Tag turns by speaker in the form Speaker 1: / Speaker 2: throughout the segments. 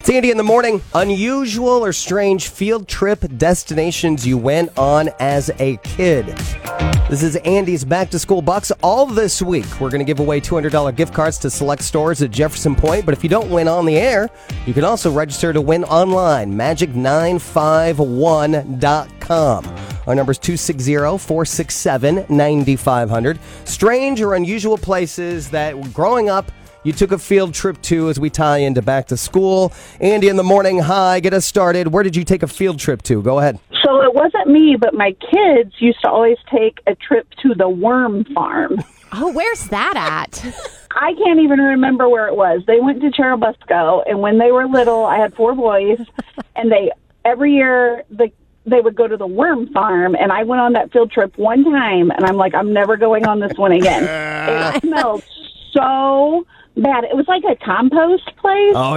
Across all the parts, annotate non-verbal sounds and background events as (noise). Speaker 1: Sandy in the morning, unusual or strange field trip destinations you went on as a kid. This is Andy's back to school bucks. All this week, we're going to give away $200 gift cards to select stores at Jefferson Point. But if you don't win on the air, you can also register to win online, magic951.com. Our number is 260 467 9500. Strange or unusual places that growing up, you took a field trip to as we tie into back to school. Andy in the morning, hi, get us started. Where did you take a field trip to? Go ahead.
Speaker 2: So it wasn't me, but my kids used to always take a trip to the worm farm.
Speaker 3: Oh, where's that at?
Speaker 2: I can't even remember where it was. They went to Cherubusco, and when they were little, I had four boys, and they every year the they would go to the worm farm, and I went on that field trip one time, and I'm like, I'm never going on this one again. it smelled so bad. It was like a compost place.
Speaker 1: Oh,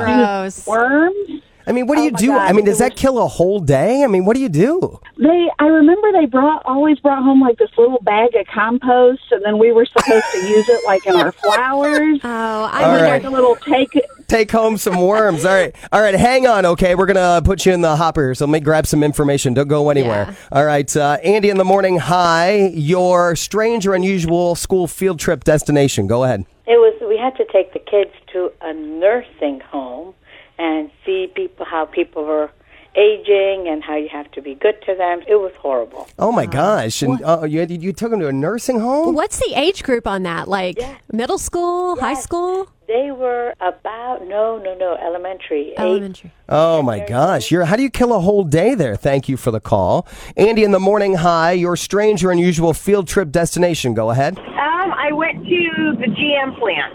Speaker 1: yeah.
Speaker 3: Oh. gross.
Speaker 2: Worms.
Speaker 1: I mean, what do
Speaker 2: Oh
Speaker 1: you
Speaker 2: my
Speaker 1: do?
Speaker 2: God,
Speaker 1: I mean,
Speaker 2: it
Speaker 1: does that
Speaker 2: was-
Speaker 1: kill a whole day? I mean, what do you do?
Speaker 2: They, I remember they brought always brought home like this little bag of compost, and then we were supposed to use it like in our flowers.
Speaker 3: (laughs) Oh, I
Speaker 1: All
Speaker 2: It was
Speaker 3: wonder.
Speaker 1: right.
Speaker 2: like a little take.
Speaker 1: Take home some worms. All right. All right. Hang on. Okay. We're going to put you in the hopper. So let me grab some information. Don't go anywhere. All right. Uh, Andy in the morning. Hi. Your strange or unusual school field trip destination. Go ahead.
Speaker 4: It was we had to take the kids to a nursing home and see people how people were aging and how you have to be good to them. It was horrible.
Speaker 1: Oh, my gosh. And uh, you, you took him to a nursing home?
Speaker 3: What's the age group on that? Like middle school, high school,
Speaker 4: They were about no no no elementary. Eight,
Speaker 3: elementary?
Speaker 1: Oh, my gosh. You're, how do you kill a whole day there? Thank you for the call. Andy in the morning. Hi. Your strange or unusual field trip destination. Go ahead.
Speaker 5: Um, I went to the GM plant.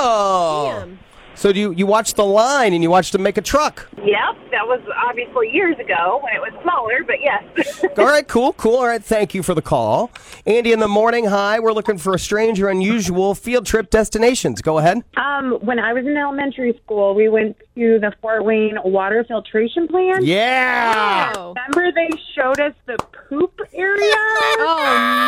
Speaker 1: Oh. So do you, you watched the line and you watched him make a truck.
Speaker 5: Yep, that was obviously years ago when it was smaller, but yes. (laughs)
Speaker 1: All right, cool, cool. All right, thank you for the call. Andy in the morning. Hi, we're looking for a strange or unusual field trip destinations. Go ahead.
Speaker 6: Um, when I was in elementary school, we went to the Fort Wayne water filtration plant.
Speaker 1: Yeah.
Speaker 3: Oh.
Speaker 6: Remember, they showed us the poop area,
Speaker 3: Oh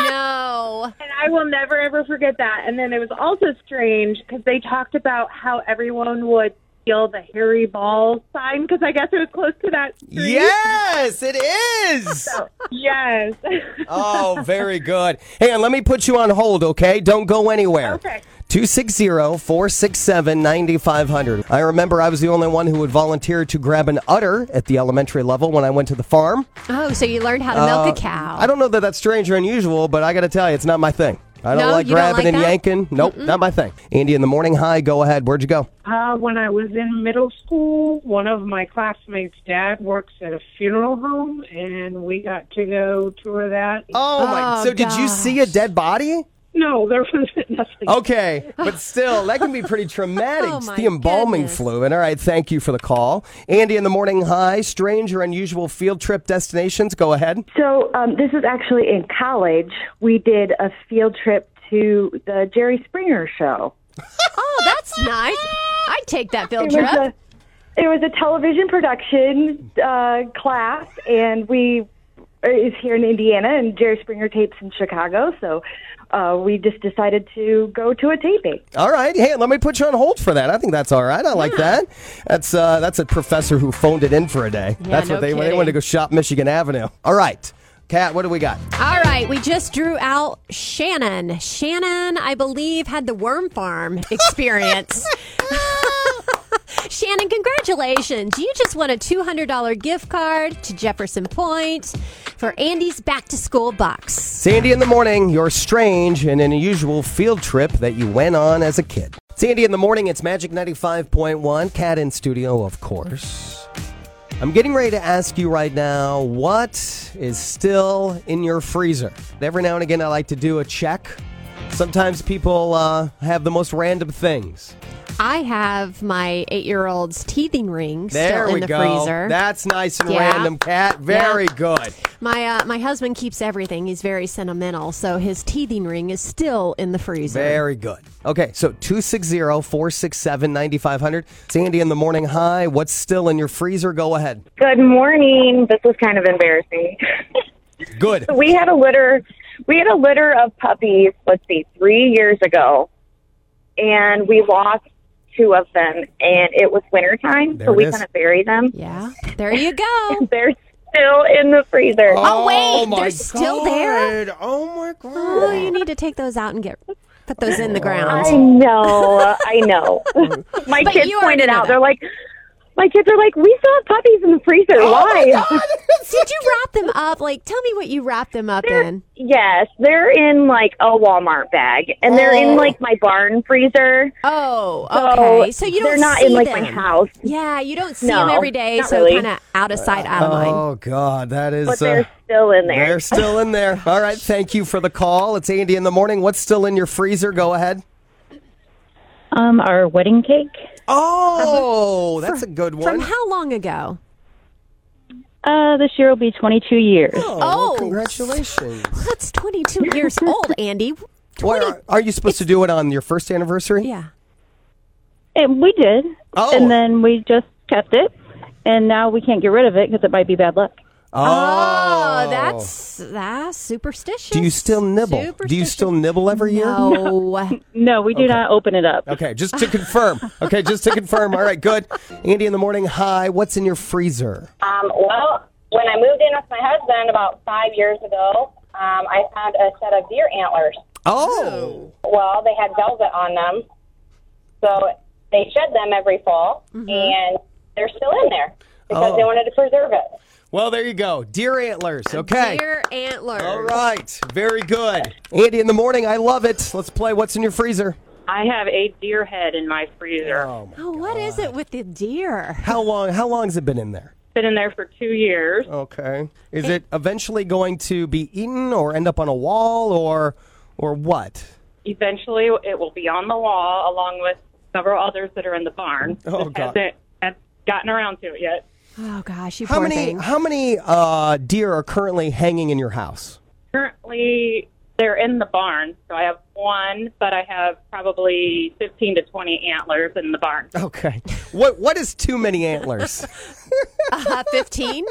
Speaker 3: no.
Speaker 6: and I will never ever forget that. And then it was also strange because they talked about how everyone would steal the hairy ball sign because I guess it was close to that. Street.
Speaker 1: Yes, it is.
Speaker 6: Yes. (laughs)
Speaker 1: Oh, very good. Hey, and let me put you on hold, okay? Don't go anywhere.
Speaker 6: Okay.
Speaker 1: 260-467-9500. I remember I was the only one who would volunteer to grab an udder at the elementary level when I went to the farm.
Speaker 3: Oh, so you learned how to milk a cow.
Speaker 1: I don't know that that's strange or unusual, but I got to tell you, it's not my thing. I don't
Speaker 3: No,
Speaker 1: like
Speaker 3: you don't
Speaker 1: grabbing
Speaker 3: like
Speaker 1: and
Speaker 3: that?
Speaker 1: yanking. Nope, not my thing. Andy in the morning. Hi, go ahead. Where'd you go?
Speaker 7: Uh, when I was in middle school, one of my classmates' dad works at a funeral home, and we got to go tour that.
Speaker 1: Oh,
Speaker 3: my- Oh,
Speaker 1: So did you see a dead body?
Speaker 7: No, there was nothing.
Speaker 1: Oh. Okay,
Speaker 3: (laughs)
Speaker 1: but still, that can be pretty traumatic.
Speaker 3: Oh,
Speaker 1: It's
Speaker 3: my
Speaker 1: the embalming
Speaker 3: goodness.
Speaker 1: fluid. All right, thank you for the call. Andy in the morning. Hi, strange or unusual field trip destinations. Go ahead.
Speaker 8: So um, this is actually in college. We did a field trip to the Jerry Springer show.
Speaker 3: Oh, that's nice. I'd take that field
Speaker 8: It was
Speaker 3: trip.
Speaker 8: a it was a television production uh, class, and we is here in Indiana, and Jerry Springer tapes in Chicago. So uh, we just decided to go to a taping.
Speaker 1: All right, hey, let me put you on hold for that. I think that's all right. I like that. That's uh, that's a professor who phoned it in for a day. that's
Speaker 3: no
Speaker 1: what they they
Speaker 3: kidding.
Speaker 1: wanted to go shop Michigan Avenue. All right, Kat, what do we got?
Speaker 3: All right, we just drew out Shannon. Shannon, I believe, had the worm farm experience. (laughs) Shannon, congratulations. You just won a $200 gift card to Jefferson Point for Andy's back to school box.
Speaker 1: Sandy in the morning, your strange and unusual field trip that you went on as a kid. Sandy in the morning, it's Magic 95.1, Cat in Studio, of course. I'm getting ready to ask you right now what is still in your freezer. Every now and again, I like to do a check. Sometimes people uh, have the most random things.
Speaker 3: I have my eight year old's teething ring
Speaker 1: There
Speaker 3: still in
Speaker 1: we
Speaker 3: the
Speaker 1: go.
Speaker 3: freezer.
Speaker 1: That's nice and
Speaker 3: Yeah.
Speaker 1: random, Cat. Very
Speaker 3: Yeah.
Speaker 1: good.
Speaker 3: my uh, my husband keeps everything. He's very sentimental, so his teething ring is still in the freezer.
Speaker 1: Very good. Okay, so 260 467 9500. Sandy in the morning. Hi, what's still in your freezer? Go ahead.
Speaker 6: Good morning. This was kind of embarrassing.
Speaker 1: Good.
Speaker 6: we had a litter we had a litter of puppies let's see three years ago and we lost
Speaker 5: two of them, and it was wintertime,
Speaker 1: There
Speaker 5: so
Speaker 1: it
Speaker 5: we
Speaker 1: is.
Speaker 5: kind of bury them.
Speaker 3: Yeah. There
Speaker 1: (laughs)
Speaker 3: you go.
Speaker 5: They're still in the freezer.
Speaker 3: Oh, wait, they're still there?
Speaker 1: God. Oh my god.
Speaker 3: Oh, you need to take those out and get put those in the ground.
Speaker 5: I know,
Speaker 1: (laughs)
Speaker 5: I know. My
Speaker 3: But
Speaker 5: kids
Speaker 3: you already
Speaker 5: pointed
Speaker 3: know
Speaker 5: out,
Speaker 3: that.
Speaker 5: they're like, my kids are like, we still have puppies in the freezer.
Speaker 3: Oh, (laughs)
Speaker 5: Why?
Speaker 1: (laughs)
Speaker 3: Did you wrap them up? Like, tell me what you wrapped them up in.
Speaker 5: yes, they're in like a Walmart bag, and they're in like my barn freezer.
Speaker 3: Oh,
Speaker 5: So
Speaker 3: okay. So, you don't
Speaker 5: they're not
Speaker 3: see
Speaker 5: in like
Speaker 3: them.
Speaker 5: my house,
Speaker 3: Yeah, you don't see
Speaker 5: No,
Speaker 3: them every day,
Speaker 5: not
Speaker 3: so
Speaker 5: really.
Speaker 3: kind of out of sight, out of mind.
Speaker 1: Oh god, that is
Speaker 5: but
Speaker 1: uh,
Speaker 5: they're still in there.
Speaker 1: they're still in there. All right, thank you for the call. It's Andy in the morning. What's still in your freezer? Go ahead.
Speaker 9: Um, our wedding cake.
Speaker 1: Oh, that's a good
Speaker 3: From
Speaker 1: one.
Speaker 3: how long ago?
Speaker 9: Uh, this year will be 22 years.
Speaker 1: Oh,
Speaker 3: Oh.
Speaker 1: congratulations.
Speaker 3: That's 22
Speaker 5: (laughs)
Speaker 3: years old, Andy.
Speaker 1: Why, are, are you supposed to do it on your first anniversary?
Speaker 3: Yeah.
Speaker 9: And we did.
Speaker 1: Oh.
Speaker 9: And then we just kept it. And now we can't get rid of it because it might be bad luck.
Speaker 3: Oh, that's that's superstitious.
Speaker 1: Do you
Speaker 3: (laughs)
Speaker 1: still nibble? Do you
Speaker 3: Superstitious.
Speaker 1: still nibble every year? (laughs)
Speaker 3: No.
Speaker 9: No, we do not open it up.
Speaker 1: Okay, just to confirm. Okay, just to confirm. All right, good. Andy in the morning. Hi, what's in your freezer?
Speaker 10: Um, well, when I moved in with my husband about five years ago, um, I found a set of deer antlers.
Speaker 1: Oh,
Speaker 10: Well, they had velvet on them, so they shed them every fall,
Speaker 3: Mm-hmm.
Speaker 10: and they're still in there because they
Speaker 1: Oh.
Speaker 10: wanted to preserve it.
Speaker 1: well, there you go. Deer antlers. Okay.
Speaker 3: Dear antlers.
Speaker 1: All right, very good. Andy in the morning. I love it. Let's play. What's in your freezer?
Speaker 9: I have a deer head in my freezer.
Speaker 1: Oh, my-
Speaker 3: Oh, what is it with the deer?
Speaker 1: how long? How long's it been in there?
Speaker 9: Been in there for two years.
Speaker 1: Okay. Is it eventually going to be eaten or end up on a wall or or what?
Speaker 9: Eventually, it will be on the wall along with several others that are in the barn.
Speaker 1: Oh, Just God.
Speaker 9: Hasn't, gotten around to it yet.
Speaker 3: Oh gosh, you
Speaker 1: How
Speaker 3: poor
Speaker 1: many (laughs)
Speaker 3: thing.
Speaker 1: how many uh, deer are currently hanging in your house?
Speaker 9: Currently, they're in the barn. So I have one, but I have probably 15 to 20 antlers in the barn.
Speaker 1: Okay. What what is too many antlers?
Speaker 3: Uh, 15?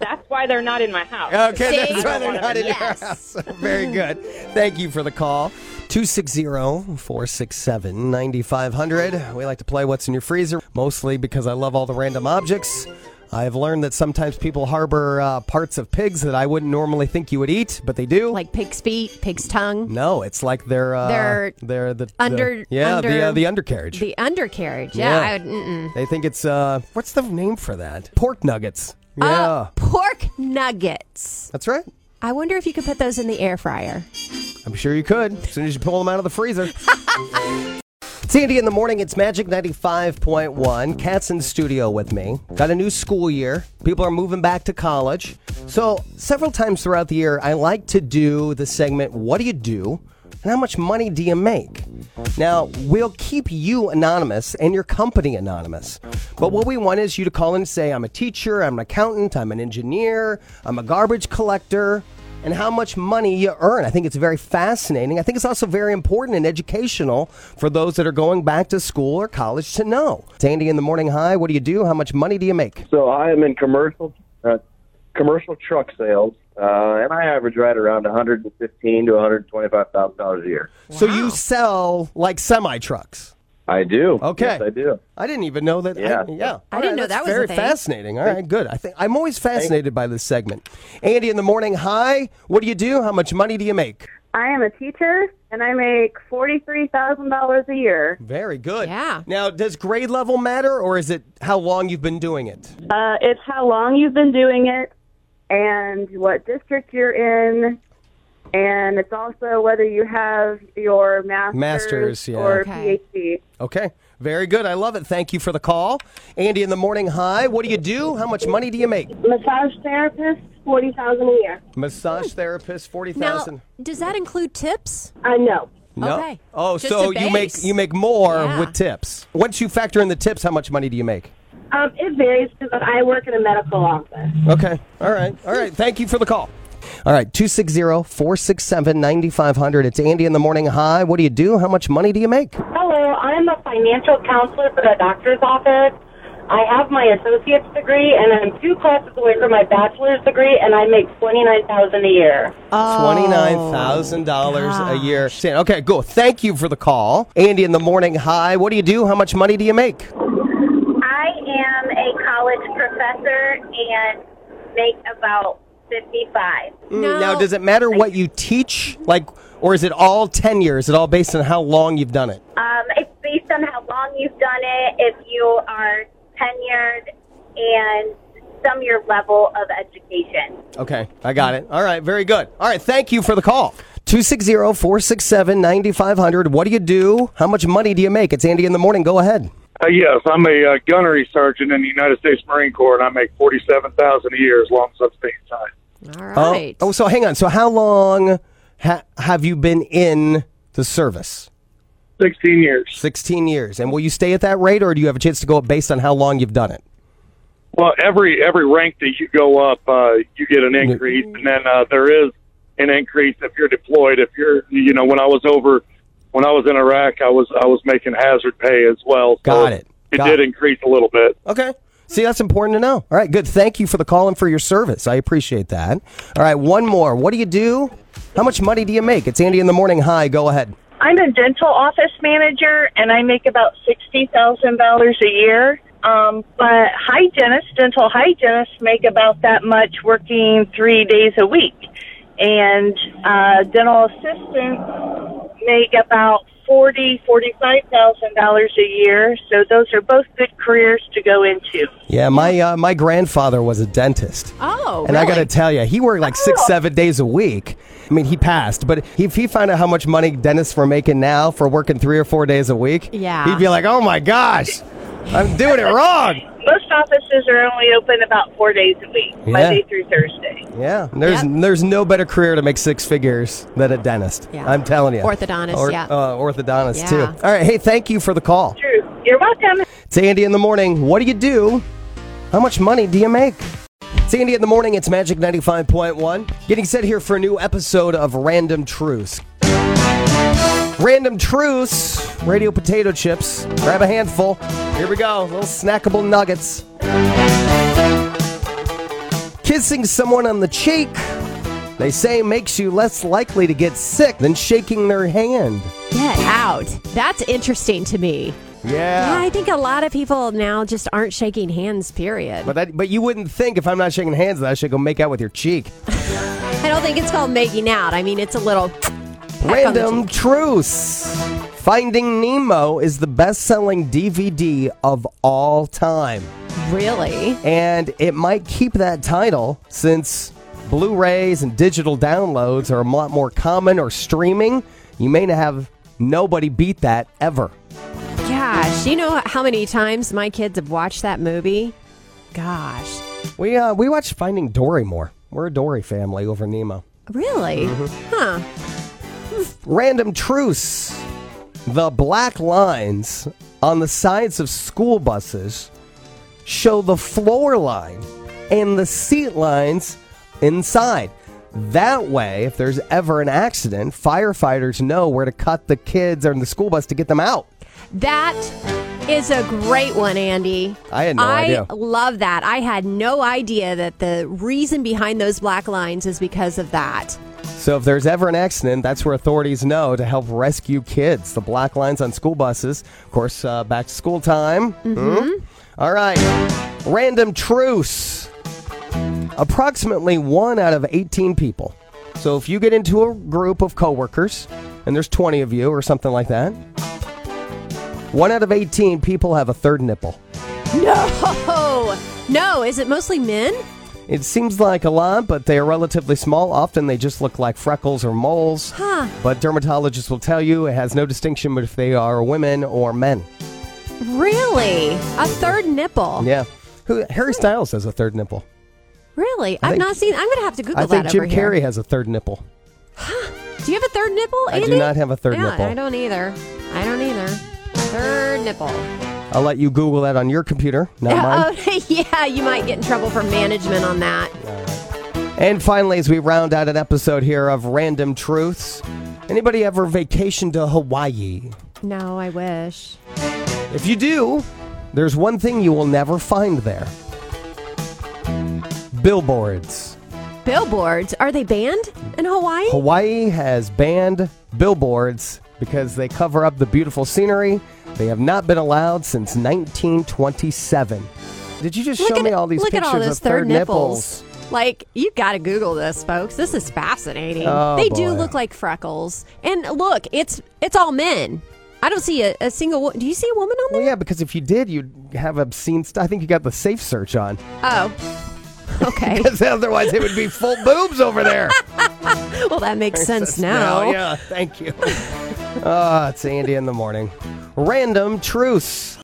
Speaker 9: That's why they're not in my house.
Speaker 1: Okay,
Speaker 3: See?
Speaker 1: that's why they're not in
Speaker 3: Yes.
Speaker 1: your house. (laughs) Very good. Thank you for the call. 260-467-9500. We like to play What's in Your Freezer, mostly because I love all the random objects. I've learned that sometimes people harbor uh, parts of pigs that I wouldn't normally think you would eat, but they do.
Speaker 3: Like pig's feet, pig's tongue,
Speaker 1: no, it's like they're uh,
Speaker 3: They're
Speaker 1: they're the the-
Speaker 3: under-
Speaker 1: yeah the uh,
Speaker 3: under-
Speaker 1: the undercarriage.
Speaker 3: the undercarriage. Yeah.
Speaker 1: Yeah.
Speaker 3: I would, mm-mm.
Speaker 1: they think it's uh what's the name for that? Pork nuggets.
Speaker 3: Uh,
Speaker 1: Yeah,
Speaker 3: pork nuggets.
Speaker 1: that's right.
Speaker 3: I wonder if you could put those in the air fryer.
Speaker 1: I'm sure you could as soon as you pull them out of the freezer. (laughs) Sandy in the morning, it's Magic 95.1. Cat's in studio with me. Got a new school year. People are moving back to college. So, several times throughout the year, I like to do the segment, What do you do? And how much money do you make? Now, we'll keep you anonymous and your company anonymous. But what we want is you to call in and say, I'm a teacher, I'm an accountant, I'm an engineer, I'm a garbage collector and how much money you earn. I think it's very fascinating. I think it's also very important and educational for those that are going back to school or college to know. Sandy in the morning, hi, what do you do? How much money do you make?
Speaker 11: So I am in commercial uh, commercial truck sales, uh, and I average right around one hundred and fifteen to one hundred twenty five thousand dollars a year.
Speaker 1: So you sell like semi trucks.
Speaker 11: I do.
Speaker 1: Okay.
Speaker 11: Yes, I do.
Speaker 1: I didn't even know that.
Speaker 11: Yeah.
Speaker 1: I, yeah.
Speaker 3: I
Speaker 1: All
Speaker 3: didn't know
Speaker 1: that's
Speaker 3: that was a
Speaker 1: very
Speaker 3: thing.
Speaker 1: fascinating. All right, good. I think I'm always fascinated by this segment. Andy in the morning, hi. What do you do? How much money do you make?
Speaker 5: I am a teacher, and I make $43,000 a year.
Speaker 1: Very good.
Speaker 3: Yeah.
Speaker 1: Now, does grade level matter, or is it how long you've been doing it?
Speaker 5: Uh, it's how long you've been doing it and what district you're in. And it's also whether you have your master's,
Speaker 1: Master's, yeah.
Speaker 5: or
Speaker 3: Okay.
Speaker 5: PhD.
Speaker 1: Okay. Very good. I love it. Thank you for the call. Andy in the morning. Hi. What do you do? How much money do you make?
Speaker 5: Massage therapist, 40000 a year.
Speaker 1: Massage therapist, forty
Speaker 3: Now,
Speaker 1: thousand.
Speaker 3: does that include tips?
Speaker 5: I know.
Speaker 3: okay.
Speaker 1: Oh,
Speaker 3: Just
Speaker 1: so
Speaker 3: the
Speaker 1: you make
Speaker 3: base.
Speaker 1: you make more
Speaker 3: Yeah.
Speaker 1: with tips. Once you factor in the tips, how much money do you make?
Speaker 5: Um, it varies because I work in a medical office.
Speaker 1: Okay. All right. All right. Thank you for the call. All right, 260-467-9500. It's Andy in the morning. Hi, what do you do? How much money do you make?
Speaker 10: Hello, I'm a financial counselor for the doctor's office.
Speaker 12: I have my associate's degree, and I'm two classes away from my bachelor's degree, and I make twenty nine thousand a year.
Speaker 1: $29,000 a year. Stan, Okay, cool. Thank you for the call. Andy in the morning. Hi. What do you do? How much money do you make?
Speaker 13: I am a college professor and make about 55.
Speaker 1: Mm, Now, does it matter what you teach? Like, or is it all tenure? Is it all based on how long you've done it?
Speaker 13: Um, it's based on how long you've done it, if you are tenured, and some your level of education.
Speaker 1: Okay, I got it. All right, very good. All right, thank you for the call. 260 467 9500. What do you do? How much money do you make? It's Andy in the morning. Go ahead.
Speaker 14: Uh, yes, I'm a uh, gunnery sergeant in the United States Marine Corps, and I make forty-seven thousand a year as long as I'm staying inside.
Speaker 1: All right. Oh, so hang on. So, how long ha- have you been in the service?
Speaker 14: 16 years.
Speaker 1: 16 years. And will you stay at that rate, or do you have a chance to go up based on how long you've done it?
Speaker 14: Well, every every rank that you go up, uh, you get an increase, and then uh, there is an increase if you're deployed. If you're, you know, when I was over, when I was in Iraq, I was I was making hazard pay as well. So
Speaker 1: Got it.
Speaker 14: Oh, It
Speaker 1: Got
Speaker 14: did increase a little bit.
Speaker 1: Okay. See, that's important to know. All right, good. Thank you for the call and for your service. I appreciate that. All right, one more. What do you do? How much money do you make? It's Andy in the morning. Hi, go ahead.
Speaker 15: I'm a dental office manager, and I make about sixty thousand dollars a year. Um, but hygienists, dental hygienists, make about that much working three days a week, and uh, dental assistants make about forty forty-five thousand dollars a year. So those are both good careers to go into.
Speaker 1: Yeah, my uh, my grandfather was a dentist.
Speaker 15: Oh,
Speaker 1: and I got to tell you, he worked like six, seven days a week. I mean, he passed, but if he found out how much money dentists were making now for working three or four days a week,
Speaker 15: Yeah.
Speaker 1: he'd be like, "Oh my gosh, I'm doing it wrong."
Speaker 15: Most offices are only open about four days a week,
Speaker 1: Yeah.
Speaker 15: Monday through Thursday.
Speaker 1: Yeah, there's there's no better career to make six figures than a dentist.
Speaker 15: Yeah.
Speaker 1: I'm telling you,
Speaker 15: Orthodontist, yeah.
Speaker 1: uh, orthodontist too.
Speaker 15: Yeah.
Speaker 1: All right, hey, thank you for the call.
Speaker 15: True. You're welcome.
Speaker 1: It's Andy in the morning. What do you do? How much money do you make? It's Andy in the morning. It's Magic 95.1. Getting set here for a new episode of Random Truths. Random Truths, radio potato chips. Grab a handful. Here we go. Little snackable nuggets. Kissing someone on the cheek, they say, makes you less likely to get sick than shaking their hand.
Speaker 3: Get out. That's interesting to me. Yeah, I think a lot of people now just aren't shaking hands, period.
Speaker 1: But that, but you wouldn't think if I'm not shaking hands that I should go make out with your cheek.
Speaker 3: I don't think it's called making out. I mean, it's a little. peck on the
Speaker 1: Random truths. Finding Nemo is the best-selling DVD of all time.
Speaker 3: Really?
Speaker 1: And it might keep that title since Blu-rays and digital downloads are a lot more common or streaming. You may have nobody beat that ever.
Speaker 3: cheek. Gosh, you know how many times my kids have watched that movie? Gosh.
Speaker 1: We uh, we watch Finding Dory more. We're a Dory family over Nemo.
Speaker 3: Really?
Speaker 1: Mm-hmm.
Speaker 3: Huh.
Speaker 1: Random truce. The black lines on the sides of school buses show the floor line and the seat lines inside. That way, if there's ever an accident, firefighters know where to cut the kids or the school bus to get them out.
Speaker 3: That is a great one, Andy.
Speaker 1: I had no idea.
Speaker 3: love that. I had no idea that the reason behind those black lines is because of that.
Speaker 1: So if there's ever an accident, that's where authorities know to help rescue kids. The black lines on school buses, of course, uh, back to school time. Hmm?
Speaker 3: Mhm.
Speaker 1: All right, random truce. Approximately one out of 18 people. So if you get into a group of coworkers, and there's 20 of you or something like that, one out of 18 people have a third nipple.
Speaker 3: No. (laughs) No, is it mostly men?
Speaker 1: It seems like a lot, but they are relatively small. Often they just look like freckles or moles.
Speaker 3: Huh.
Speaker 1: But dermatologists will tell you it has no distinction if they are women or men.
Speaker 3: Really? A third nipple?
Speaker 1: Yeah. Who, Harry Styles has a third nipple.
Speaker 3: Really?
Speaker 1: I
Speaker 3: I've
Speaker 1: think-
Speaker 3: not seen. I'm going to have to Google
Speaker 1: I think
Speaker 3: that
Speaker 1: Jim
Speaker 3: over here.
Speaker 1: Carrey has a third nipple.
Speaker 3: Do you have a third nipple,
Speaker 1: I do
Speaker 3: Andy?
Speaker 1: not have a third
Speaker 3: yeah,
Speaker 1: nipple.
Speaker 3: I don't either. I don't either. Third nipple.
Speaker 1: I'll let you Google that on your computer, not mine.
Speaker 3: (laughs) Oh, (laughs) yeah, you might get in trouble for management on that.
Speaker 1: And finally, as we round out an episode here of Random Truths, anybody ever vacation to Hawaii?
Speaker 3: No, I wish.
Speaker 1: If you do, There's one thing you will never find there billboards.
Speaker 3: Billboards, are they banned in Hawaii?
Speaker 1: Hawaii has banned billboards because they cover up the beautiful scenery. They have not been allowed since 1927. Did you just show me all these
Speaker 3: look
Speaker 1: pictures
Speaker 3: at all
Speaker 1: of
Speaker 3: those
Speaker 1: third
Speaker 3: third nipples. Like you got to Google this, folks. This is fascinating.
Speaker 1: Oh,
Speaker 3: they do
Speaker 1: boy.
Speaker 3: look like freckles, and look, it's it's all men. I don't see a, a single. wo- Do you see a woman on there?
Speaker 1: Well, yeah, because if you did, you'd have obscene stuff. I think you got the safe search on. (laughs)
Speaker 3: Oh, okay.
Speaker 1: Because otherwise, it would be full boobs over there.
Speaker 3: well, that makes sense
Speaker 1: (laughs)
Speaker 3: now.
Speaker 1: yeah, thank you. Ah, it's Andy in the morning. Random truce.